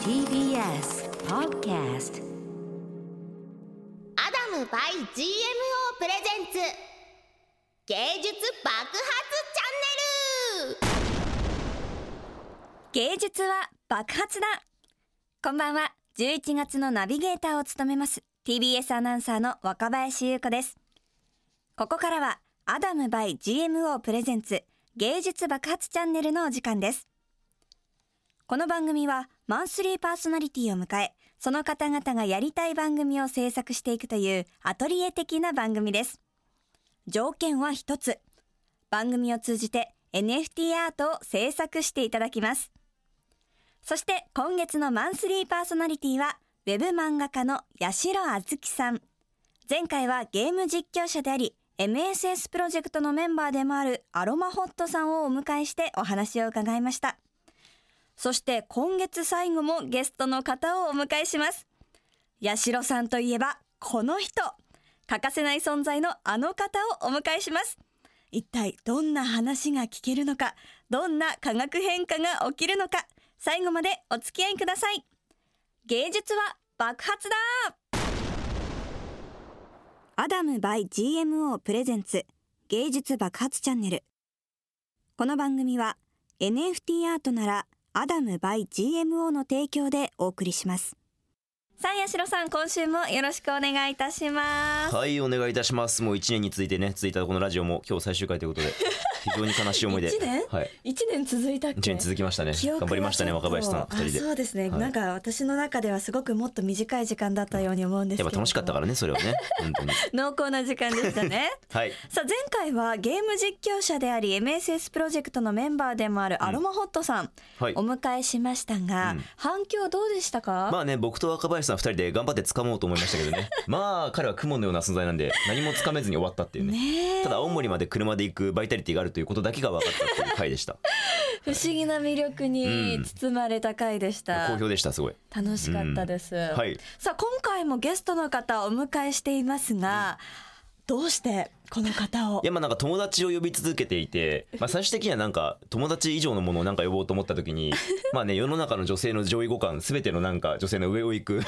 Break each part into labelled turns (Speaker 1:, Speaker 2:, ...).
Speaker 1: TBS Podcast
Speaker 2: アダム by GMO プレゼンツ芸術爆発チャンネル
Speaker 3: 芸術は爆発だこんばんは11月のナビゲーターを務めます TBS アナウンサーの若林優子ですここからはアダム by GMO プレゼンツ芸術爆発チャンネルのお時間ですこの番組はマンスリーパーソナリティを迎えその方々がやりたい番組を制作していくというアトリエ的な番組です条件は一つ番組を通じて NFT アートを制作していただきますそして今月のマンスリーパーソナリティは、ウェブ漫画家の八代あずきさん。前回はゲーム実況者であり、MSS プロジェクトのメンバーでもあるアロマホットさんをお迎えしてお話を伺いました。そして今月最後もゲストの方をお迎えします。八代さんといえば、この人。欠かせない存在のあの方をお迎えします。一体どんな話が聞けるのか、どんな化学変化が起きるのか、最後までお付き合いください。芸術は爆発だアダム by GMO プレゼンツ芸術爆発チャンネル。この番組は NFT アートならアダム by GMO の提供でお送りします。さあ、八代さん、今週もよろしくお願いいたします。
Speaker 4: はいお願いいたしますもう1年に続いてね続いたこのラジオも今日最終回ということで 非常に悲しい思いで
Speaker 3: 一年
Speaker 4: はい、
Speaker 3: 一年続いたっ
Speaker 4: 1年続きましたね
Speaker 3: 記憶が
Speaker 4: 頑張りましたね
Speaker 3: ちょっと
Speaker 4: 若林さん2人で
Speaker 3: あそうですね、
Speaker 4: はい
Speaker 3: なんか私の中ではすごくもっと短い時間だったように思うんですけ
Speaker 4: や
Speaker 3: れ
Speaker 4: っ
Speaker 3: ど
Speaker 4: ぱ楽しかったかららねそれはね本当に
Speaker 3: 濃厚な時間でした ね
Speaker 4: はい
Speaker 3: さあ前回はゲーム実況者であり MSS プロジェクトのメンバーでもあるアロマホットさん、
Speaker 4: はい
Speaker 3: お迎えしましたが、
Speaker 4: うん
Speaker 3: 反響どうでしたか、
Speaker 4: まあね僕と若林さん2人で頑張って掴もうと思いましたけどね まあ彼は雲のような存在なんで何も掴めずに終わったっていうね
Speaker 3: ねえ
Speaker 4: ただ青森まで車で行くバイタリティがあるということだけが分かったっていう回で した
Speaker 3: 不思議な魅力に包まれた回でした、
Speaker 4: 好評でしたすごい
Speaker 3: 楽しかったです、
Speaker 4: はい
Speaker 3: さあ今回もゲストの方をお迎えしていますが、どうしてこの方を
Speaker 4: いやまあなんか友達を呼び続けていて、まあ、最終的にはなんか友達以上のものをなんか呼ぼうと思った 時にまあね世の中の女性の上位互換全てのなんか女性の上を 行く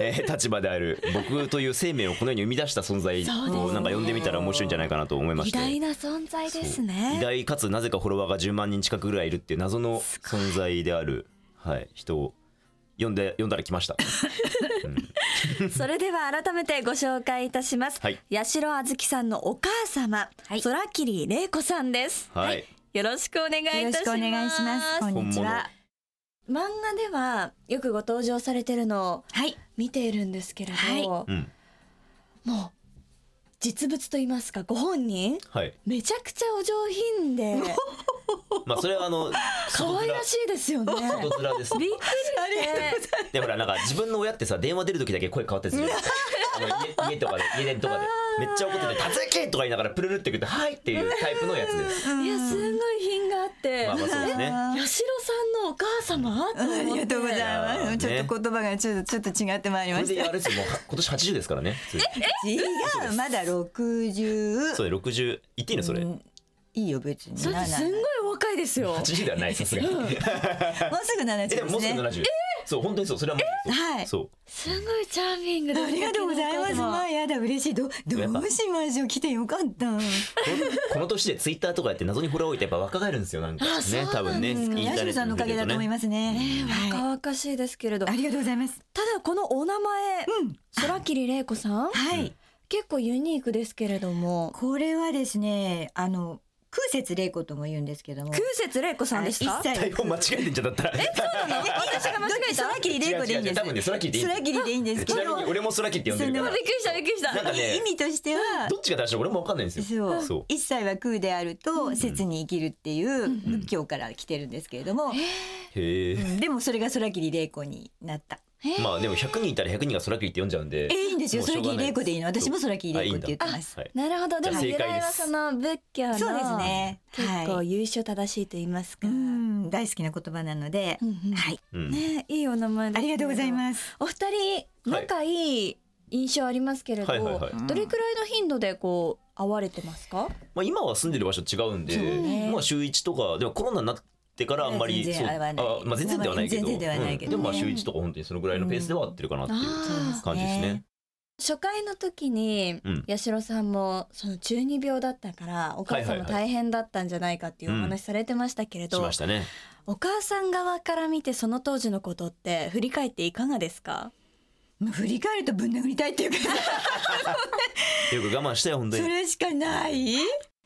Speaker 4: えー立場である僕という生命をこの世に生み出した存在
Speaker 3: そうです
Speaker 4: を
Speaker 3: ね
Speaker 4: なんか呼んでみたら面白いんじゃないかなと思いまし
Speaker 3: 偉
Speaker 4: て
Speaker 3: 大な存在ですね
Speaker 4: 偉大かつなぜかフォロワーが10万人近くぐらいいるっていう謎の存在である、はい、人を呼んで呼んだら来ました
Speaker 3: それでは改めてご紹介いたします。
Speaker 4: はい
Speaker 3: 八代あずきさんのお母様、
Speaker 5: はい
Speaker 3: 空桐玲子さんです。
Speaker 4: はい、
Speaker 3: よろしくお願いいたします。
Speaker 5: こん
Speaker 4: 本
Speaker 5: にち
Speaker 4: 物
Speaker 5: は。
Speaker 3: 漫画ではよくご登場されてるのを
Speaker 5: はい。
Speaker 3: 見ているんですけれど、
Speaker 5: は
Speaker 4: う
Speaker 5: い
Speaker 4: ん
Speaker 3: もう実物と言いますか、ご本人
Speaker 4: はい
Speaker 3: めちゃくちゃお上品で
Speaker 4: まあそれはあの
Speaker 3: 可愛らしいですよね。びっく
Speaker 4: 外面ですね
Speaker 3: りして。
Speaker 4: でほらなんか自分の親ってさ電話出る時だけ声変わったりするあの家家とかで家電とかでめっちゃ怒ってて「たずき!」とか言いながらプルルって言って「はい!」っていうタイプのやつです。
Speaker 3: いや、すごい品があって。
Speaker 4: まあまあそうですね。
Speaker 3: 八代さんのお母様と
Speaker 5: あ
Speaker 3: 思って。
Speaker 5: りがとうござい
Speaker 4: いや
Speaker 5: ます。
Speaker 4: ー
Speaker 5: ちょっと言葉がちょっとちょっと違ってまいり
Speaker 4: そ
Speaker 5: ま
Speaker 4: れ
Speaker 5: し
Speaker 4: で
Speaker 5: た。
Speaker 4: あれですよもうは今年80ですからね。普通に
Speaker 5: 違う、まだ六十。
Speaker 4: そうで60言っていいのそれ。80
Speaker 5: うんいいよ別に。
Speaker 3: それってすんごい若いですよ。
Speaker 4: ではないさすがに。
Speaker 5: ななもうすぐ七
Speaker 4: えで
Speaker 5: 十で
Speaker 4: もも
Speaker 5: す
Speaker 4: うすぐ
Speaker 5: ね。
Speaker 4: 70。そう本当にそうそれはもうそう。
Speaker 5: はい
Speaker 4: そう
Speaker 3: すごいチャーミングで
Speaker 5: ありがとうございます。まあやだ嬉しい。どど
Speaker 4: やっぱ
Speaker 5: うしましょう。来てよかった。
Speaker 4: このこの年でツイッターとかやって謎にフォロー置いてやっぱ若返るんですよなんか
Speaker 3: あそう
Speaker 4: ね
Speaker 3: なん
Speaker 4: 多分ね。イ
Speaker 5: うん
Speaker 4: ンタ
Speaker 5: 八
Speaker 4: ーネ
Speaker 5: 代
Speaker 4: ット
Speaker 5: さんのお
Speaker 4: 見
Speaker 5: か
Speaker 4: てる
Speaker 5: げ
Speaker 4: と
Speaker 5: だと思い
Speaker 4: ね。
Speaker 5: ますね。
Speaker 3: 若
Speaker 5: はい。
Speaker 3: 々しいですけれど、
Speaker 5: あ
Speaker 3: た
Speaker 5: りがとうございます。
Speaker 3: だこのお名前、
Speaker 5: うん。
Speaker 3: 空桐玲子さん、
Speaker 5: はい。
Speaker 3: 結構ユニークですけれども、
Speaker 5: これはですね、あの空節玲子とも言うんですけども。
Speaker 3: 空節玲子さんですか
Speaker 5: 一？切
Speaker 4: 台本間違えてんじゃんだったら。
Speaker 3: 私が間違えた。
Speaker 5: 空切り玲子でいい
Speaker 4: 違う違
Speaker 5: んです。
Speaker 4: う違う多分ね空切りでいいん
Speaker 5: 空
Speaker 4: だよ
Speaker 5: 切りでいいんですけ
Speaker 4: ち
Speaker 5: ど。
Speaker 4: なみに俺も空切って呼んでるから
Speaker 3: びっくりしたびっくりした。
Speaker 4: なんかね
Speaker 5: 意味としては
Speaker 4: どっちが正しいの俺もわかんないんですよ。
Speaker 5: そう
Speaker 4: そう
Speaker 5: 一切は空であると節に生きるっていう仏教から来てるんですけれども、
Speaker 4: へえ。
Speaker 5: うんでもそれが空切玲子になった。
Speaker 4: まあでも100人いたら100人が空切りって呼んじゃうんで
Speaker 5: え。いいんですよ
Speaker 4: もうしょ
Speaker 5: 空
Speaker 4: うがな
Speaker 5: 切
Speaker 4: い
Speaker 5: 玲子でいいの私も空切玲子って言って
Speaker 4: あいいん
Speaker 5: ま
Speaker 4: だ
Speaker 5: す。
Speaker 4: はい
Speaker 3: なるほど。でも
Speaker 4: じゃあ
Speaker 3: 由
Speaker 4: 正解
Speaker 3: 来
Speaker 4: で
Speaker 3: は
Speaker 4: す
Speaker 3: その仏教の
Speaker 5: そうですね。
Speaker 3: 結構
Speaker 5: はい。
Speaker 3: 優秀正しいと言いますか。
Speaker 5: うん大好きな言葉なので、
Speaker 3: うんうん
Speaker 5: はい
Speaker 4: うん
Speaker 3: ねいいお名前です
Speaker 5: あ
Speaker 3: ね
Speaker 5: りがとうございます。
Speaker 3: お二人仲いい印象ありますけれど、
Speaker 4: はいはいはい
Speaker 3: どれくらいの頻度でこう会われてますか？
Speaker 4: まあ今は住んでる場所違うんで、
Speaker 5: そうね
Speaker 4: まあ週一とかでもコロナになってからあんまり
Speaker 5: 全然合わない
Speaker 4: そうあまあ、全然ではないけど
Speaker 5: 全然ではないけど
Speaker 4: うんでもまあ週一とか本当にそのぐらいのペースでは合ってるかなっていう
Speaker 3: あ
Speaker 4: 感じですね。
Speaker 3: 初回の時に、
Speaker 4: うん
Speaker 3: 八代さんもその中二病だったからお母さんも
Speaker 4: はいはいは
Speaker 3: 大変だったんじゃないかっていうお話されてましたけれど、
Speaker 4: しましたね。
Speaker 3: お母さん側から見てその当時のことって振り返っていかがですか
Speaker 5: もう振り返るとぶん殴りたいっていう か
Speaker 4: よく我慢したよ本当
Speaker 5: そ
Speaker 4: に。
Speaker 5: れしかない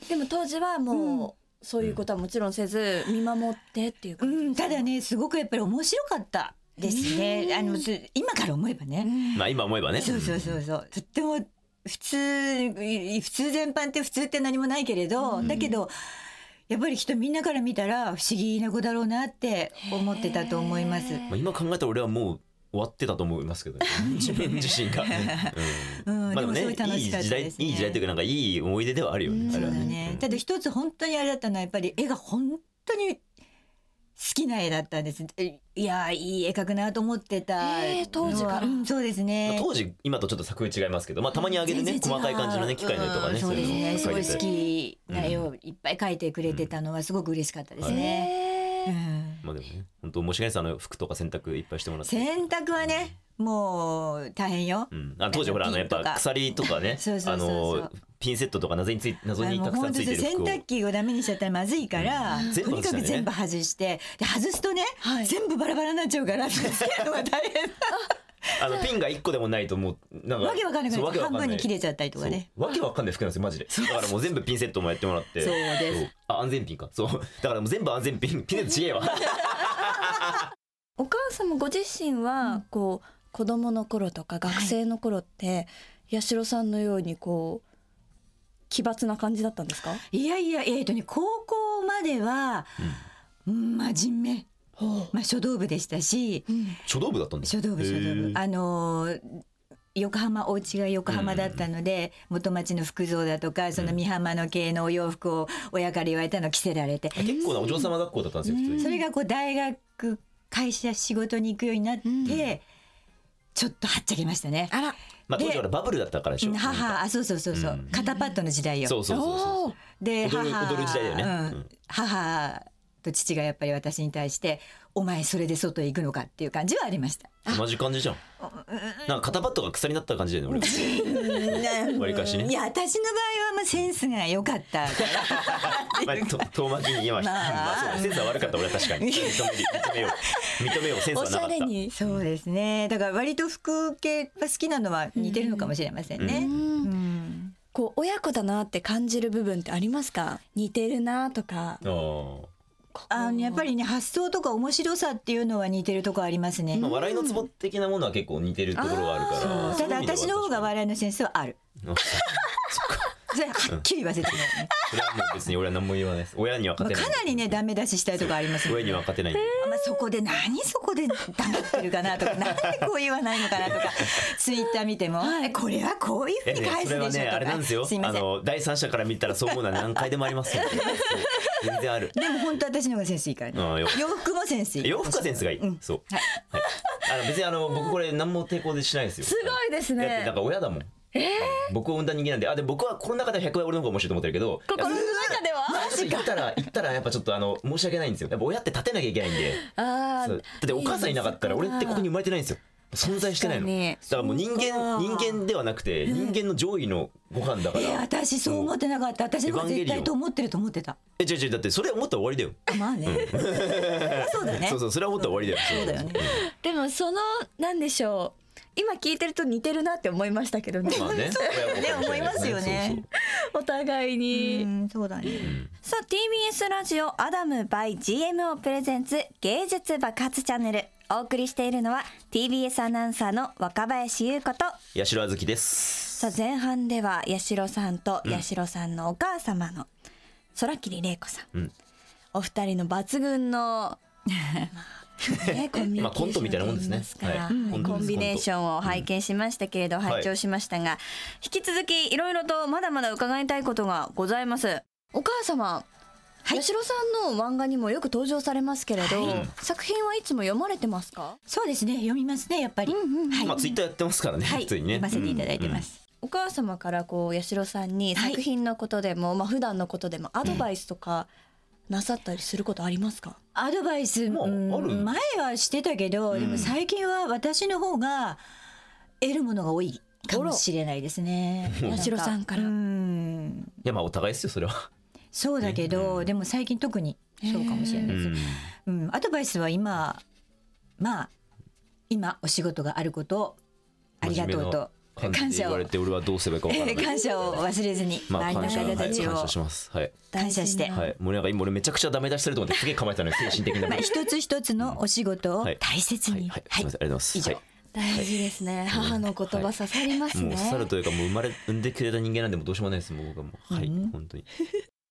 Speaker 3: でも当時はもうそういうことはもちろんせず見守ってっていう
Speaker 5: う
Speaker 3: 感じ
Speaker 5: んただねすごくやっぱり面白かったですねあのす今から思えばね、
Speaker 4: まあ今思えばね。
Speaker 5: そうそうそうそうとっても普通い普通全般って普通って何もないけれど、だけどやっぱり人みんなから見たら不思議な子だろうなって思ってたと思います。
Speaker 4: まあ、今考えたら俺はもう終わってたと思います けど、ね、自分自身が。
Speaker 5: う
Speaker 4: うん
Speaker 5: ん、
Speaker 4: まあで
Speaker 5: で
Speaker 4: も
Speaker 5: もすご
Speaker 4: ね
Speaker 5: い楽
Speaker 4: いい
Speaker 5: しかった
Speaker 4: 時代い
Speaker 5: で
Speaker 4: い
Speaker 5: すね。
Speaker 4: 時代というかなんかいい思い出ではあるよね。
Speaker 5: そう
Speaker 4: あ
Speaker 5: だ
Speaker 4: れは
Speaker 5: ね。ただ一つ本当にあれだったのはやっぱり絵が本当に好きな絵だったんです。えいやーいい絵描くなと思ってた。
Speaker 3: えー当時から
Speaker 5: うんそうです
Speaker 4: まあ
Speaker 5: ね。
Speaker 4: 当時今とちょっと作風違いますけど、まあ、たまに上げてね
Speaker 5: 全然
Speaker 4: 細
Speaker 5: 違う
Speaker 4: かい感じのね機械の絵とかね
Speaker 5: うんそうです
Speaker 4: い
Speaker 5: ね。す
Speaker 4: の
Speaker 5: ごい
Speaker 4: 描
Speaker 5: 好
Speaker 4: てて
Speaker 5: きな絵をいっぱい描いてくれてたのはすごく嬉しかったです
Speaker 3: え
Speaker 5: ね。
Speaker 3: ー
Speaker 5: うん
Speaker 4: まあでもね本当申し訳ないですあの服とか洗濯いっぱいしてもらって。
Speaker 5: 洗濯はねもう大変よ
Speaker 4: う。ん、あ当時ほらあのやっぱ鎖とかね
Speaker 5: そうそうそうそう
Speaker 4: あのピンセットとか謎につい謎に
Speaker 5: も
Speaker 4: た
Speaker 5: う
Speaker 4: くさん
Speaker 5: 本
Speaker 4: つ
Speaker 5: 当
Speaker 4: いて
Speaker 5: に
Speaker 4: る
Speaker 5: 洗
Speaker 4: 服を
Speaker 5: 濯機をダメにしちゃったらまずいから、
Speaker 4: うん
Speaker 5: とにかく
Speaker 4: 全
Speaker 5: 全
Speaker 4: 部
Speaker 5: 部外してで外すとね、
Speaker 3: はい
Speaker 5: 全部バラバラになっちゃうから つけるのが大変
Speaker 4: あのピンが一個でもないともうなんか
Speaker 5: わけわかんなく
Speaker 4: そう
Speaker 5: な
Speaker 4: わ
Speaker 5: っ
Speaker 4: け
Speaker 5: て
Speaker 4: わかん
Speaker 5: 半
Speaker 4: ない
Speaker 5: 分に切れちゃったりとかね
Speaker 4: そうわけわかんない服なんですよマジでだからもう全部ピンセットもやってもらって
Speaker 5: そうです
Speaker 4: そうあ安全ピンかそうだからもう全部安全ピンピンセットちげえわ
Speaker 3: お母様ご自身はこう子供の頃とか学生の頃って、八代さんのようにこう奇抜な感じだったんですか
Speaker 5: いやいやえっ、とね高校までは、うん真面目、まあ、書道部でしたし、
Speaker 4: 書道部だったんです
Speaker 5: 書道部書道部
Speaker 4: へえ
Speaker 5: あのー横浜お家が横浜だったので、元町の服装だとかその美浜の系のお洋服を親から言われたの着せられて、
Speaker 4: 結構なお嬢様学校だったんですよ普通に
Speaker 5: それがこう大学会社仕事に行くようになって、ちょっとはっちゃけましたね。
Speaker 3: あら
Speaker 4: まあ当時
Speaker 5: で
Speaker 4: ほらバブルだったからでしょ
Speaker 5: 母あそうそうそうそう、
Speaker 4: うん
Speaker 5: 肩パッドの時代よ。
Speaker 4: そうそうそうそう
Speaker 3: おー
Speaker 5: で
Speaker 4: 踊る
Speaker 5: 母
Speaker 4: 踊る時代だよね
Speaker 5: うん
Speaker 4: うん
Speaker 5: 母と父がやっぱり私に対して「お前それで外へ行くのか」っていう感じはありました。
Speaker 4: 同じ感じじゃん。なんか肩パッドが草になった感じだよね、俺。わりかし
Speaker 5: い
Speaker 4: ね。
Speaker 5: や私の場合はまあセンスが良かったか ら
Speaker 4: まあ、と遠巻きに言えました。
Speaker 5: まあ
Speaker 4: まあ、そうだセンスは悪かった、俺は確 かに。認める認めよう。認めよう、センス
Speaker 3: お
Speaker 4: は
Speaker 3: し
Speaker 4: なか
Speaker 3: ゃ
Speaker 4: っ
Speaker 3: れ
Speaker 4: た。
Speaker 3: に
Speaker 5: そうですねだから割と服系は好きなのは似てるのかもしれませんね。うん
Speaker 3: こう親子だなって感じる部分ってありますか似てるなとか
Speaker 4: あ
Speaker 5: あのやっぱりね発想とか面白さっていうのは似てるとこありますね。
Speaker 4: あまあ、笑いのツボ的なものは結構似てるところがあるから。
Speaker 5: ただ私の方が
Speaker 4: い。
Speaker 5: 笑いのセンスはある。
Speaker 4: そっか
Speaker 5: それはっきり言わせてもらうね。
Speaker 4: それはもう別に俺は何も言わないです。親には
Speaker 5: まあ
Speaker 4: 勝てない。
Speaker 5: かなりねダメ出ししたいとこありますもん
Speaker 4: 親には勝てない。
Speaker 5: まあそこで何そこで黙ってるかなとかなんでこう言わないのかなとかツイッター見てもえこれはこういうふう
Speaker 4: え
Speaker 5: に
Speaker 4: ね
Speaker 5: 返
Speaker 4: そ
Speaker 5: す
Speaker 4: れ
Speaker 5: でし
Speaker 4: は
Speaker 5: ょ
Speaker 4: ね、
Speaker 5: と
Speaker 4: あれなんですよ
Speaker 5: かすい。
Speaker 4: あ
Speaker 5: ません。
Speaker 4: の、第三者から見たらそう思うのは何回でもありますよ。 そう全然ある。
Speaker 5: でも本当私の方がセンスいいからね
Speaker 4: ああよ
Speaker 5: 洋服もセンスいい。
Speaker 4: 洋服はセンスがいい。そう。
Speaker 5: はい
Speaker 4: はい。あの別にあの僕これ何も抵抗でしないですよ。
Speaker 3: すごいですね
Speaker 4: だってなんか親だもん。僕を産んだ人間なんで、あで僕はこの中では100は俺の方が面白いと思ってるけど、
Speaker 3: 心の
Speaker 4: いや
Speaker 3: 中では
Speaker 4: そう言ったら言ったらやっぱちょっとあの申し訳ないんですよ。やっぱ親って立てなきゃいけないんで。
Speaker 3: あ
Speaker 4: そ
Speaker 3: ー
Speaker 4: うだってお母さんいなかったら俺ってここに生まれてないんですよ。存在してないの。
Speaker 3: 確かに
Speaker 4: だからもう人間人間ではなくて人間の上位のご飯だか
Speaker 5: いや
Speaker 4: ら。
Speaker 5: 私そう思ってなかった私の方が絶対と思ってると思ってた。
Speaker 4: え違う違うだってそれ思ったら終わりだよ。
Speaker 5: あまあね。そうだね。
Speaker 4: そうそうそれは思ったら終わりだよ。
Speaker 5: そうだよね。
Speaker 3: でもそのなんでしょう今聞いてると似てるなって思いましたけどね
Speaker 4: まあ ね。
Speaker 5: ね思いますよね
Speaker 4: そうそ う
Speaker 3: お互いうに
Speaker 5: んそうだね。
Speaker 3: さあ TBS ラジオアダム by GMO プレゼンツ芸術爆発チャンネルお送りしているのは TBS アナウンサーの若林優子と
Speaker 4: 八代あずきです。
Speaker 3: さあ前半では八代さんと八代さんのお母様の空桐玲子さん、
Speaker 4: うん
Speaker 3: お二人の抜群 のね、コミュニケーション
Speaker 4: まあコントみたいなもんです
Speaker 3: といい
Speaker 4: ね
Speaker 3: ますから
Speaker 4: はいうん
Speaker 3: コンビネーションを拝見しましたけれど、拝聴しましたが、引き続きいろいろとまだまだ伺いたいことがございますお母様、八代さんの漫画にもよく登場されますけれど、作品はいつも読まれてますか
Speaker 5: そうですね読みますねやっぱり。はい
Speaker 4: まあツイッターやってますからね、
Speaker 5: はい
Speaker 4: 普通にね。
Speaker 5: 読ませていただいてます。
Speaker 3: お母様からこう八代さんに
Speaker 5: はい
Speaker 3: 作品のことでも、まあ普段のことでもアドバイスとかなさったりすることありますか
Speaker 5: アドバイス、
Speaker 4: まあ
Speaker 5: うん
Speaker 4: ある
Speaker 5: 前はしてたけど、
Speaker 4: うん
Speaker 5: でも最近は私の方が得るものが多いかもしれないですね。
Speaker 4: あら
Speaker 5: なん
Speaker 3: 八代さんから
Speaker 5: うん
Speaker 4: いやまあお互いですよそれは。
Speaker 5: そうだけど、
Speaker 4: うん
Speaker 5: でも最近特にそうかもしれないです。うん、アドバイスは今まあ今お仕事があることをありがとうと
Speaker 4: 感じで
Speaker 5: 感謝
Speaker 4: 言わ
Speaker 5: を
Speaker 4: れて俺はどうすればいいかわからない。
Speaker 5: 感謝を忘れずに
Speaker 4: まあ
Speaker 5: 周りの
Speaker 4: 感謝
Speaker 5: 方
Speaker 4: は
Speaker 5: た
Speaker 4: い
Speaker 5: ちを、
Speaker 4: 感謝します。はい
Speaker 5: 感謝して
Speaker 3: 大事な
Speaker 4: はい。もうなんか今俺めちゃくちゃダメ出しすると思ってすげえ構えてたのに精神的な。
Speaker 5: まあ、
Speaker 4: はい
Speaker 5: 一つ一つのお仕事を
Speaker 4: はい
Speaker 5: 大切
Speaker 4: はい
Speaker 5: に、
Speaker 4: はい。すみませんありがとうございます。
Speaker 5: 以上
Speaker 4: はい
Speaker 3: 大事ですね、母の言葉刺さります
Speaker 4: もう
Speaker 3: ね、
Speaker 4: 猿というかもう生まれ産んでくれた人間なんでもうどうしようもないですもう僕はもうはい、
Speaker 5: うん
Speaker 4: 本当に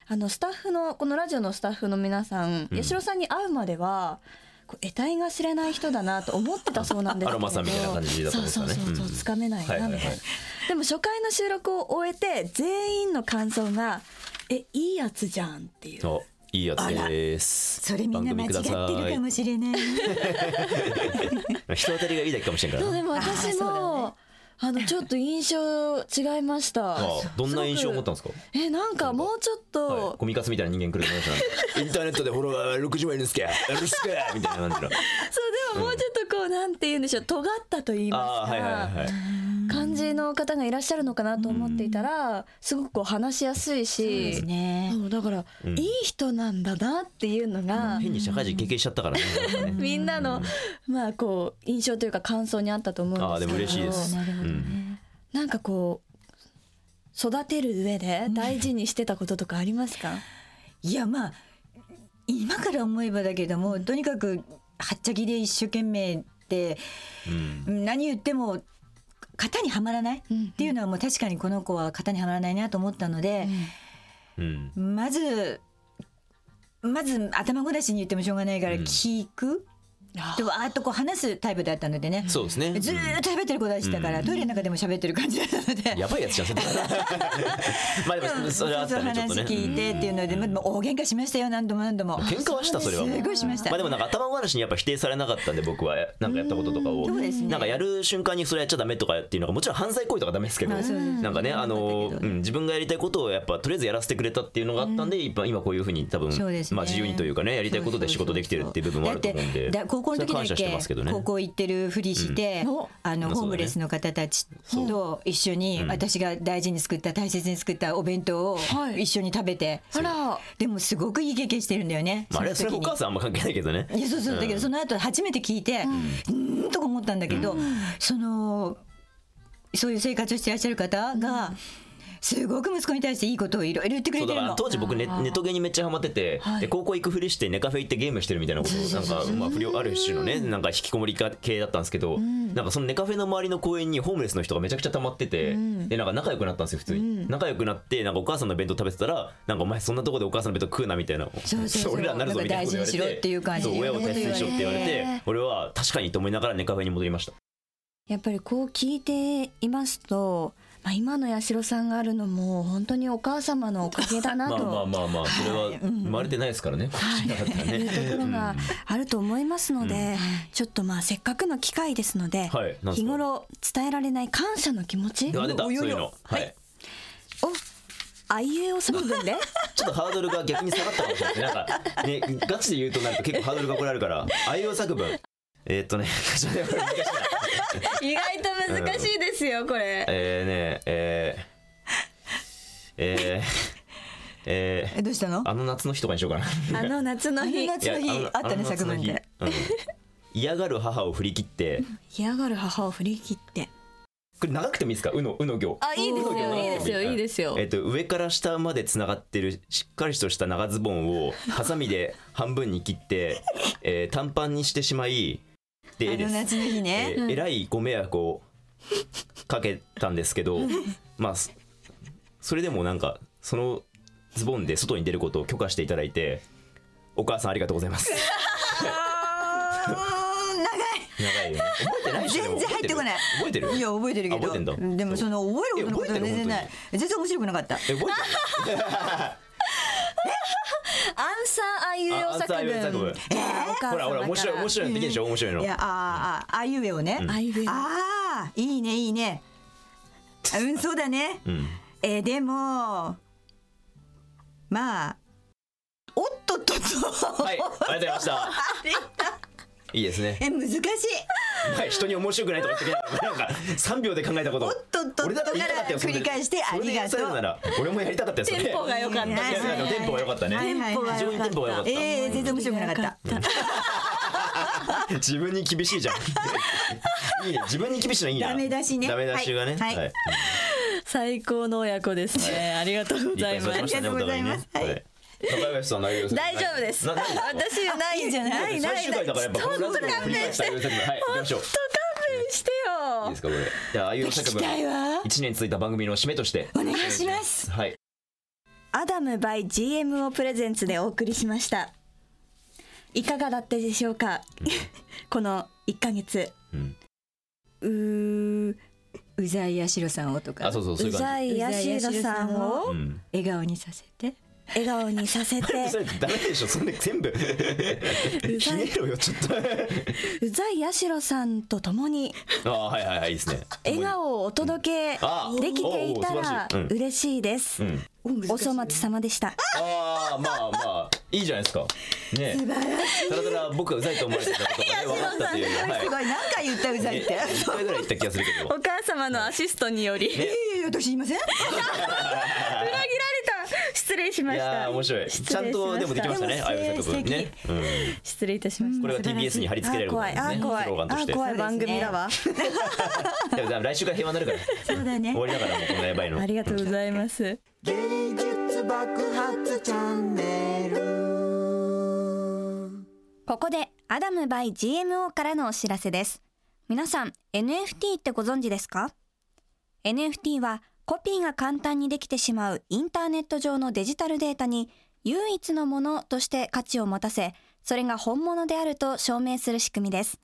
Speaker 3: あのスタッフのこのラジオのスタッフの皆さん、
Speaker 4: うん
Speaker 3: 八代さんに会うまではこう得体が知れない人だなと思ってたそうなんですけ
Speaker 4: ア
Speaker 3: ど
Speaker 4: ロマさんみたいな感じだと思ってたね
Speaker 3: そうそうそう
Speaker 4: うん
Speaker 3: つかめないなみたいな、
Speaker 4: はいはいはい
Speaker 3: でも初回の収録を終えて全員の感想が「えいいやつじゃん」っていう
Speaker 4: そういいやつです
Speaker 5: それみんな間違ってるかも
Speaker 4: し
Speaker 5: しれない。
Speaker 4: れない人当たりがいいだけかもしれんか
Speaker 3: そう
Speaker 4: らな
Speaker 3: でも私もあのちょっと印象違いました
Speaker 4: ああどんな印象を持ったんですか
Speaker 3: えなんかもうちょっ
Speaker 4: はい
Speaker 3: と、
Speaker 4: コミカツみたいな人間来ると思いま したねインターネットでフォロワー60万いるんですけよろしくみたいな感じの
Speaker 3: そうでももうちょっとこうなんて言うんでしょう尖ったと言い
Speaker 4: あ
Speaker 3: ま
Speaker 4: あ
Speaker 3: すか、
Speaker 4: はいはいはいはい
Speaker 3: 感じの方がいらっしゃるのかなと思っていたら、すごくこう話しやすいし
Speaker 5: ですね。
Speaker 3: そうだから、
Speaker 4: うん
Speaker 3: いい人なんだなっていうのが、
Speaker 4: 変に社会人経験しちゃったからねなんかね
Speaker 3: みんなの、まあこう印象というか感想にあったと思
Speaker 4: あ
Speaker 3: う
Speaker 4: あ
Speaker 3: ん
Speaker 4: で
Speaker 3: ですけど
Speaker 4: も嬉しいです
Speaker 5: なるほど
Speaker 4: うん
Speaker 3: なんかこう育てる上で大事にしてたこととかありますか、
Speaker 5: いやまあ今から思えばだけどもとにかくはっちゃきで一生懸命で
Speaker 4: うん
Speaker 5: うん何言っても型にはまらないっ
Speaker 3: うん
Speaker 5: ていうのはもう確かにこの子は型にはまらないなと思ったので、
Speaker 4: うん
Speaker 5: まずまず頭ごなしに言ってもしょうがないから
Speaker 4: うん
Speaker 5: 聞く、とわーっとこう話すタイプだったのでね。
Speaker 4: そうですね
Speaker 5: ずーっと喋ってる子でしたから、
Speaker 4: うん
Speaker 5: トイレの中でも喋ってる感じだったので
Speaker 4: うんやばいやつじゃんそれ まあでもそれはあったねちょっと
Speaker 5: 話
Speaker 4: ね
Speaker 5: 聞いてっていうので、まあでも大喧嘩しましたよ何度も何度も。
Speaker 4: 喧嘩はしたそれはもう
Speaker 5: すごいしました。
Speaker 4: まあでもなんか頭ごなしにやっぱ否定されなかったんで僕はなんかやったこととかを
Speaker 5: そうですね
Speaker 4: なんかやる瞬間にそれやっちゃダメとかっていうのがもちろん犯罪行為とかダメですけど
Speaker 5: まあそうです
Speaker 4: なんかねあのうん自分がやりたいことをやっぱとりあえずやらせてくれたっていうのがあったんで今今こういうふうに多分
Speaker 5: そうですね
Speaker 4: まあ自由にというかねやりたいことで仕事できてるっていう部分もあると思うん
Speaker 5: だ
Speaker 4: で
Speaker 5: ってだ高校の時
Speaker 4: それは感謝
Speaker 5: だ
Speaker 4: して
Speaker 5: け
Speaker 4: ますけどね
Speaker 5: 高校行ってるふりして、
Speaker 3: うん
Speaker 5: あ
Speaker 4: まあそうだ
Speaker 5: の
Speaker 4: ね
Speaker 5: ホームレスの方たちと一緒に
Speaker 4: うん
Speaker 5: 私が大事に作った大切に作ったお弁当を
Speaker 3: はい
Speaker 5: 一緒に食べて、
Speaker 3: あら
Speaker 5: でもすごくいい経験してるんだよね。
Speaker 4: まああれはそれ
Speaker 5: の
Speaker 4: は
Speaker 5: 時
Speaker 4: お
Speaker 5: に
Speaker 4: 母さんあんま関係ないけどね
Speaker 5: いやそうそうだけどその後初めて聞いて、うーんとか思ったんだけど、そのそういう生活をしていらっしゃる方がすごく息子に対していいことをいろいろ言ってく
Speaker 4: そ
Speaker 5: れ
Speaker 4: うだ
Speaker 5: て
Speaker 4: か
Speaker 5: る
Speaker 4: ら
Speaker 5: の。
Speaker 4: 当時僕ネネットゲーにめっちゃハマってて、で高校行くふりしてネカフェ行ってゲームしてるみたいなことをなんかまあ不良ある種のねなんか引きこもり系だったんですけど、なんかそのネカフェの周りの公園にホームレスの人がめちゃくちゃ溜まってて、でなんか仲良くなったんですよ普通に、仲良くなってなんかお母さんの弁当食べてたらなんかお前そんなとこでお母さんの弁当食うなみたいな
Speaker 5: そうそうそう
Speaker 4: 俺らになるぞみたいなこと言われて
Speaker 5: なんか大事にしろっていう感じ
Speaker 4: そう親を大切にしろって言われて俺は確かにと思いながらネカフェに戻りました
Speaker 3: やっぱりこう聞いていますと、まあ、今の八代さんがあるのも本当にお母様のおかげだな
Speaker 4: ま
Speaker 3: と
Speaker 4: あまあまあまあそれは生まれてないですからね、こっ ちだったら
Speaker 3: いうところが
Speaker 4: ね
Speaker 3: あると思いますので、ちょっとまあせっかくの機会ですので、
Speaker 4: はいなんす
Speaker 3: 日
Speaker 4: か
Speaker 3: 頃伝えられない感謝の気持ち
Speaker 4: うん、あ出た
Speaker 3: お
Speaker 4: そう
Speaker 3: よ
Speaker 4: いう
Speaker 3: よ
Speaker 4: のはい
Speaker 3: をあいうえお三文 で
Speaker 4: ちょっとハードルが逆に下がったかもしれないですね。なんかね、ガチで言うとなると結構ハードルがこれあるから、愛用作文。えーっとね、 ちょっとやっぱり難しいな。
Speaker 3: 意外と難しいですよこれ
Speaker 4: えーね、えー、えー、え
Speaker 5: えどうしたの
Speaker 4: ー、あの夏の日とかにしようかな。
Speaker 3: あの夏の日
Speaker 5: 夏の
Speaker 4: いや
Speaker 5: 日あったね作文。
Speaker 4: の
Speaker 5: で。
Speaker 4: あの夏の日うん嫌がる母を振り切って、
Speaker 3: 嫌がる母を振り切って
Speaker 4: これ長くてもいいですかうの、うの行。
Speaker 3: あいいです
Speaker 4: うの行
Speaker 3: よいいですよいいですよ
Speaker 4: えっと、上から下までつながってるしっかりとした長ズボンをハサミで半分に切って、えー短パンにしてしまいで
Speaker 5: あ
Speaker 4: えで
Speaker 5: の
Speaker 4: す
Speaker 5: 夏の日ね
Speaker 4: え。ーえらいご迷惑をかけたんですけどまあそそれでもなんかそのズボンで外に出ることを許可していただいてお母さんありがとうございます長いよね覚えてないでしょでも
Speaker 5: 全然入ってこない
Speaker 4: 覚えてる
Speaker 5: 長い。いや覚えてるけ
Speaker 4: あ覚えてんだ
Speaker 5: ど。でもその覚えることのことは全然な
Speaker 4: え覚え
Speaker 5: い
Speaker 4: て。
Speaker 5: 全然面白くなかった。
Speaker 4: え覚えてる
Speaker 3: アンサーあいうえお作
Speaker 4: あああいうえお作文
Speaker 3: 文じゃあお母様
Speaker 4: ほらほら面白い面白いのできるでしょ面白いの
Speaker 5: いやあーあーあいうえをね。
Speaker 3: あいうえお
Speaker 5: ああいいねいいね。あうんそうだね。
Speaker 4: うん
Speaker 5: えーでもまあおっとっと
Speaker 4: はい、ありがとうございました。いいですね。
Speaker 5: え難しい
Speaker 4: はい、人に面白くないとか言ってけない。なんか三秒で考えたこと。
Speaker 5: おっとっとっと
Speaker 4: 俺だって言いたかったよ。それ
Speaker 5: 繰り返してありがとう
Speaker 4: それでやるなら俺もやりたかったよ。それ
Speaker 2: テンポが良かった
Speaker 4: いやいやでもテンポが良かったね。
Speaker 5: はいはいはい
Speaker 4: 非常にテンポが良かった。
Speaker 5: えー、全然面白くなかった
Speaker 4: 自分に厳しい じゃん。いいね、自分に厳しいのいいな。
Speaker 5: ダメ出しね
Speaker 4: ダメ出しがね。
Speaker 5: はい
Speaker 4: はい。
Speaker 2: 最高の親子ですね。ありがとうございます。
Speaker 4: いい感じ
Speaker 5: ありがとうございます
Speaker 4: お互ねはい。中林さん内容
Speaker 3: 大丈夫です
Speaker 4: なない
Speaker 3: 私ないんじゃない
Speaker 4: 最終回だからやっぱこのラジオを繰り返した内容作文はい行きましょう。
Speaker 3: して
Speaker 4: いい
Speaker 3: よ
Speaker 4: ですかこれ。じゃああいう作文一年続いた番組の締めとしてお願いします。はい。
Speaker 3: アダム by GMO プレゼンツでお送りしましたいかがだったでしょうか、 この1ヶ月
Speaker 4: うん
Speaker 3: うー
Speaker 5: うざいやしろさんをと
Speaker 4: あ
Speaker 5: か
Speaker 4: そうそうそう
Speaker 3: う
Speaker 4: いう感
Speaker 3: ざいやしろさんを
Speaker 4: じ。うん。
Speaker 5: 笑顔にさせて
Speaker 3: 笑顔にさ せて
Speaker 4: それダメでしょ。そんな全部ひねろよちょっ
Speaker 3: うざいやしろさんと共に
Speaker 4: と。ああはいはいはいいいですね。
Speaker 3: 笑顔をお届け
Speaker 4: あ
Speaker 3: できていた
Speaker 4: おー素晴
Speaker 3: ら
Speaker 4: らしいうん
Speaker 3: 嬉しいです、
Speaker 4: うん。
Speaker 3: お粗末様でした
Speaker 4: ああまあまあいいじゃないですか。ね。素晴らしい。ただただ僕がうざいと思われてた ことがね分かったっていう。はい。
Speaker 5: すごい何回言ったうざい
Speaker 4: ね
Speaker 5: って、
Speaker 4: 一回ぐらい言った気がするけ ど。
Speaker 3: お母様のアシストにより
Speaker 5: ええ私言いません
Speaker 3: 裏切られた失礼しま
Speaker 4: い
Speaker 3: した
Speaker 4: やー面白い。
Speaker 3: 失
Speaker 4: ちゃ
Speaker 3: 礼
Speaker 4: ん
Speaker 3: しまし
Speaker 4: と
Speaker 3: た
Speaker 4: でもできましたね。ああいう作文ね。うん。
Speaker 3: 失礼いたしました
Speaker 4: これは TBS に貼り付けられることですね。
Speaker 3: あー怖いあー
Speaker 4: スロー
Speaker 3: 怖いあ
Speaker 4: ガンとして。
Speaker 3: ー怖い番組だわ、
Speaker 4: いやだから来週から平和になるから。
Speaker 5: そうだね
Speaker 4: 終わりだからもうこんなやばいの。
Speaker 3: ありがとうございますここでアダム by GMO からのお知らせです皆さん NFT ってご存知ですか NFT はコピーが簡単にできてしまうインターネット上のデジタルデータに唯一のものとして価値を持たせそれが本物であると証明する仕組みです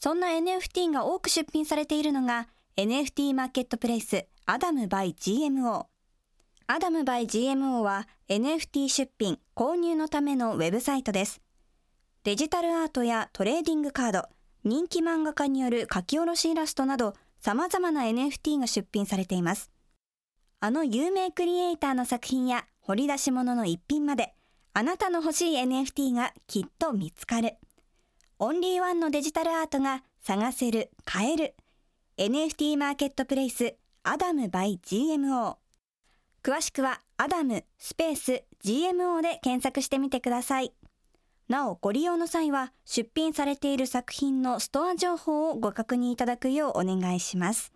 Speaker 3: そんな NFT が多く出品されているのが NFT マーケットプレイスアダム by GMO アダム by GMO は NFT 出品購入のためのウェブサイトですデジタルアートやトレーディングカード人気漫画家による書き下ろしイラストなど様々な NFT が出品されていますあの有名クリエイターの作品や掘り出し物の一品まであなたの欲しい NFT がきっと見つかるオンリーワンのデジタルアートが探せる買える NFT マーケットプレイスアダム by GMO 詳しくはアダムスペース GMO で検索してみてくださいなおご利用の際は出品されている作品のストア情報をご確認いただくようお願いします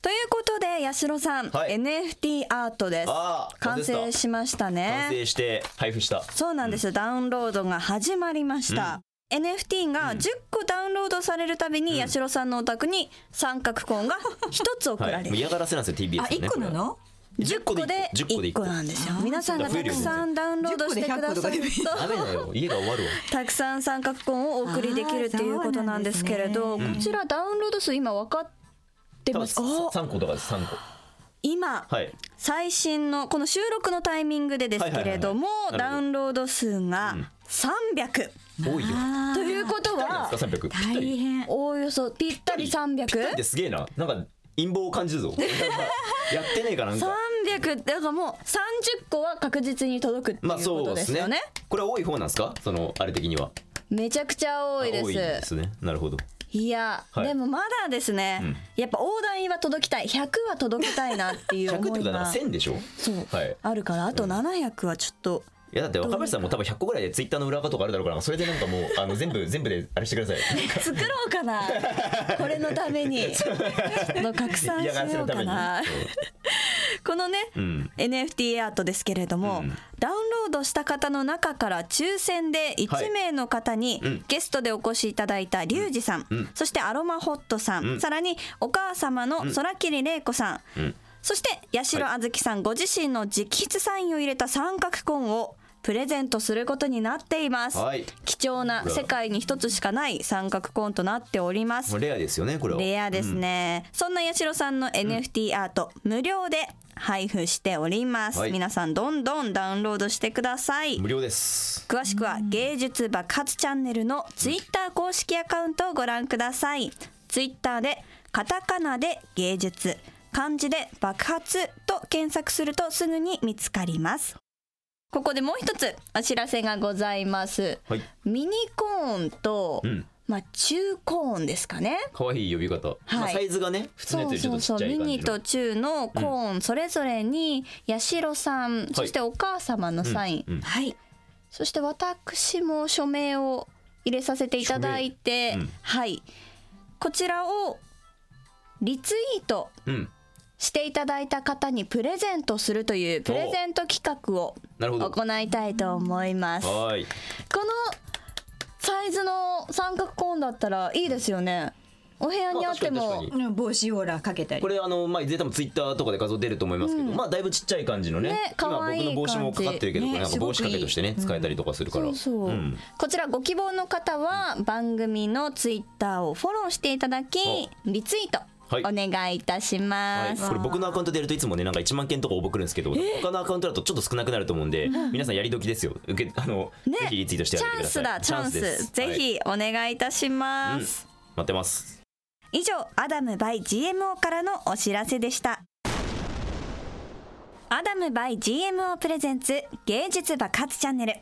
Speaker 3: ということで八代さん、
Speaker 4: はい
Speaker 3: NFT アートです
Speaker 4: ああ
Speaker 3: 完成しましたね
Speaker 4: 完成して配布した。
Speaker 3: そうなんです、ダウンロードが始まりました、NFT が10個ダウンロードされるたびに、八代さんのお宅に三角コーンが一つ送ら
Speaker 4: は
Speaker 3: れ
Speaker 4: い。
Speaker 3: る、
Speaker 4: 嫌がらせなんですよ TBS
Speaker 5: あ
Speaker 4: はね。
Speaker 5: 一個な
Speaker 4: こ
Speaker 5: の
Speaker 4: れ？
Speaker 3: 10個で
Speaker 4: 10個で
Speaker 3: 1
Speaker 4: 1個
Speaker 3: 個なんですよ皆さんがたくさんダウンロードしてくだ
Speaker 5: 10個
Speaker 3: さ
Speaker 5: で
Speaker 3: る
Speaker 5: 100
Speaker 3: と
Speaker 4: ダメだよ。家が終わるわ。
Speaker 3: たくさん三角コーンをお送りできるっていうことなんですけれど、
Speaker 5: あーそう
Speaker 3: こちらダウンロード数今分かってま
Speaker 4: 多分
Speaker 3: すか
Speaker 4: 三個とかです三個。
Speaker 3: 今、
Speaker 4: はい。
Speaker 3: 最新のこの収録のタイミングでですけれども、
Speaker 4: はいはいはいはいなるほ
Speaker 3: ダウ
Speaker 4: ど
Speaker 3: ンロード数が300、
Speaker 4: 多いよ。
Speaker 3: ということ
Speaker 4: なん
Speaker 3: は
Speaker 4: ですか三百。
Speaker 5: 大変
Speaker 3: おおよそぴったり
Speaker 4: っ
Speaker 3: 300?
Speaker 4: てすげえな。なんか陰謀を感 じるぞ。なんかやってねえかなんか。
Speaker 3: 300だからもう30個は確実に届くっていう
Speaker 4: まあ
Speaker 3: こ
Speaker 4: そ
Speaker 3: と
Speaker 4: う
Speaker 3: で
Speaker 4: で
Speaker 3: すすよね,、
Speaker 4: ね。これは多い方なんですか？そのあれ的には。
Speaker 3: めちゃくちゃ多いです
Speaker 4: 多いですね。なるほど。
Speaker 3: いや、
Speaker 4: はい
Speaker 3: でもまだですね、
Speaker 4: ん
Speaker 3: やっぱ横断は届きたい100は届けたいなっていう
Speaker 4: 百ってこ
Speaker 3: 思い
Speaker 4: とはなんか
Speaker 3: が
Speaker 4: 千でしょ？
Speaker 3: そう、
Speaker 4: はい
Speaker 3: あるからあと700はちょっと、
Speaker 4: いやだって若林さんも多分100個ぐらいでツイッターの裏側とかあるだろうからそれでなんかもう あの全部全部であれしてください。
Speaker 3: 作ろうか なこれのためにの拡散し
Speaker 4: 嫌がらせ
Speaker 3: よ
Speaker 4: の
Speaker 3: う
Speaker 4: た
Speaker 3: か
Speaker 4: めに。
Speaker 3: な このね、
Speaker 4: うん
Speaker 3: NFT アートですけれども、
Speaker 4: うん
Speaker 3: ダウンロードした方の中から抽選で1名の方に、
Speaker 4: うん
Speaker 3: ゲストでお越しいただいたリュウジさん、
Speaker 4: うん
Speaker 3: そしてアロマホットさん、
Speaker 4: うん
Speaker 3: さらにお母様の空桐玲子さん、
Speaker 4: うん
Speaker 3: そして八代あずきさんご自身の直筆サインを入れた三角コーンをプレゼントすることになっています、
Speaker 4: はい
Speaker 3: 貴重な世界に一つしかない三角コーンとなっております
Speaker 4: もうレアですよねこれは。
Speaker 3: レアですね、そんな八代さんの NFT アート、無料で配布しております、
Speaker 4: はい
Speaker 3: 皆さんどんどんダウンロードしてください
Speaker 4: 無料です。
Speaker 3: 詳しくは芸術爆発チャンネルのツイッター公式アカウントをご覧くださいツイッターでカタカナで芸術漢字で爆発と検索するとすぐに見つかりますここでもう一つお知らせがございます
Speaker 4: はい
Speaker 3: ミニコーンと、
Speaker 4: うん
Speaker 3: まあ中コーンですかね
Speaker 4: 可愛い呼び方、まあ、サイズがね普通のやつ
Speaker 3: そ
Speaker 4: よ
Speaker 3: う
Speaker 4: りちょ
Speaker 3: そうそ
Speaker 4: っとちっ
Speaker 3: う
Speaker 4: ちゃい
Speaker 3: ミ
Speaker 4: 感じ
Speaker 3: ニと
Speaker 4: の
Speaker 3: 中のコーンそれぞれに八代さん、そしてお母様のサイン、
Speaker 4: うん
Speaker 5: はい
Speaker 3: そして私も署名を入れさせていただいて、
Speaker 4: 署名うん
Speaker 3: はいこちらをリツイート
Speaker 4: うん
Speaker 3: していただいた方にプレゼントするというプレゼント企画を
Speaker 4: なるほど
Speaker 3: 行いたいと思いますこ
Speaker 4: はーい
Speaker 3: のサイズの三角コーンだったらいいですよねお部屋にあって
Speaker 4: まあ確かに確か
Speaker 3: も
Speaker 4: に
Speaker 5: うん帽子オーラかけたり
Speaker 4: これあのまあ絶対もツイッターとかで画像出ると思いますけど、まあだいぶちっちゃい感じのね
Speaker 3: ね
Speaker 4: 今
Speaker 3: 可愛い
Speaker 4: 僕の帽子もかかってるけど、
Speaker 5: 感じ
Speaker 4: これなんか帽子掛けとしてね使えたりとかするから
Speaker 3: そうそう、
Speaker 4: ん
Speaker 3: こちらご希望の方は番組のツイッターをフォローしていただきリツイート
Speaker 4: はい
Speaker 3: お願いいたし
Speaker 4: は
Speaker 3: ま
Speaker 4: い、
Speaker 3: す、
Speaker 4: これ僕のアカウントでやるといつもねなんか1万件とか応募くるんですけど他のアカウントだとちょっと少なくなると思うんで、皆さんやり時ですよ受けあの、ぜひリツイートして
Speaker 3: チ
Speaker 4: や
Speaker 3: ャ
Speaker 4: ってく
Speaker 3: ン
Speaker 4: ださ
Speaker 3: ス
Speaker 4: い
Speaker 3: だチャンス
Speaker 4: です
Speaker 3: ぜひお願いいたし
Speaker 4: はい
Speaker 3: ま
Speaker 4: うん
Speaker 3: す、
Speaker 4: 待ってます
Speaker 3: 以上アダム by GMO からのお知らせでしたアダム by GMO プレゼンツ芸術爆発チャンネル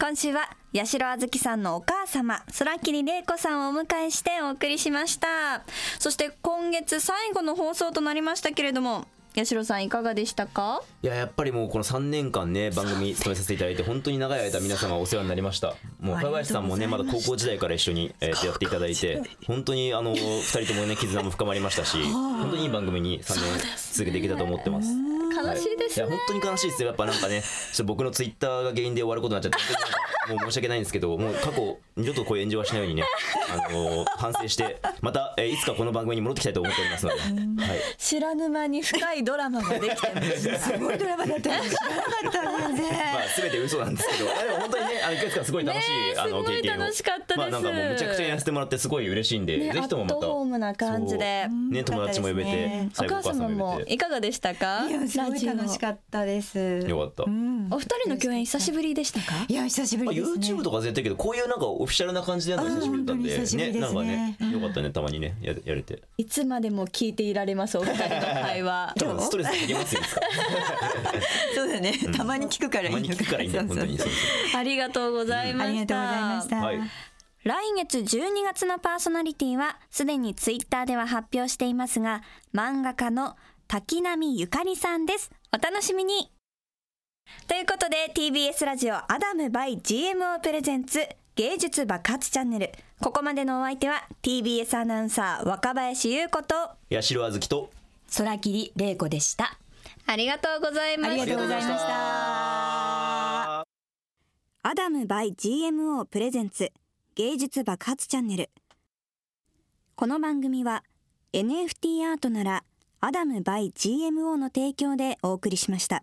Speaker 3: 今週は八代あずきさんのお母様空切玲子さんをお迎えしてお送りしましたそして今月最後の放送となりましたけれども八代さんいかがでしたか
Speaker 4: いややっぱりもうこの3年間ね番組務めさせていただいて本当に長い間皆様お世話になりましたもう
Speaker 5: ありがとう
Speaker 4: 若林さんもね
Speaker 5: ござ
Speaker 4: ま
Speaker 5: い
Speaker 4: だ
Speaker 5: ました
Speaker 4: 高校時代から一緒に、えー、やっていただいて本当にあの2人ともね絆も深まりましたし本当にいい番組に3年続けていけたと思ってます
Speaker 3: 悲しいですね、
Speaker 4: はい、いや本当に悲しいですよやっぱなんかねちょっと僕のツイッターが原因で終わることになっちゃって本当になんかもう申し訳ないんですけどもう過去二度とこういう炎上はしないようにね、あのー反省してまた、えーいつかこの番組に戻ってきたいと思っておりますので、はい、
Speaker 3: 知らぬ間に深いドラマができてました
Speaker 5: すごいドラマだったの知らなかった全然
Speaker 4: まあ全て嘘なんです けどあでも本当にねあの1ヶ月間すごい楽しい、
Speaker 3: ねえ
Speaker 4: あの
Speaker 3: すごい
Speaker 4: 経験を
Speaker 3: 楽しかったです
Speaker 4: まあなんかもうむちゃくちゃやらせてもらってすごい嬉しいんで、
Speaker 3: ね
Speaker 4: ぜひともまた
Speaker 3: アットホームな感じで
Speaker 4: そうね友達も呼べて、
Speaker 5: うん
Speaker 3: お
Speaker 4: 最後
Speaker 3: 母様も
Speaker 4: 呼べて
Speaker 3: いかがでしたか
Speaker 5: いやすごい楽しかったです。
Speaker 4: よかった
Speaker 5: うん
Speaker 3: お二人の共演久しぶりでしたか
Speaker 5: いや久しぶ
Speaker 4: まあ、
Speaker 5: りですね。
Speaker 4: YouTube とか全然だけどこういうなんかオフィシャルな感じでやるの久しぶりだったん
Speaker 5: あ
Speaker 4: で
Speaker 5: ー本当に久しぶりですね
Speaker 4: なんかねよかったねたまにねややれて
Speaker 3: いつまでも聞いていられますお二人の会話
Speaker 4: 多分ストレス減りますよいつ か
Speaker 5: そうだね。たまに聞くから
Speaker 4: たまに聞くからいいんだよ
Speaker 5: そ
Speaker 4: 本
Speaker 5: うそ
Speaker 4: 当
Speaker 5: う
Speaker 4: にそうそ
Speaker 3: ありがとうございま
Speaker 5: あ
Speaker 3: した
Speaker 5: りがとうございました。
Speaker 4: はい
Speaker 3: 来月12月のパーソナリティはすでにツイッターでは発表していますが漫画家の滝波ゆかりさんですお楽しみにということで TBS ラジオアダム by GMO プレゼンツ芸術爆発チャンネルここまでのお相手は TBS アナウンサー若林優子と
Speaker 4: う八代あずきと
Speaker 5: 空切玲子でした。
Speaker 3: ありがとうございま
Speaker 5: あり
Speaker 3: し
Speaker 5: が
Speaker 3: た
Speaker 5: とうございました。
Speaker 3: アダム by GMO プレゼンツ芸術爆発チャンネルこの番組は NFT アートならアダム by GMO の提供でお送りしました。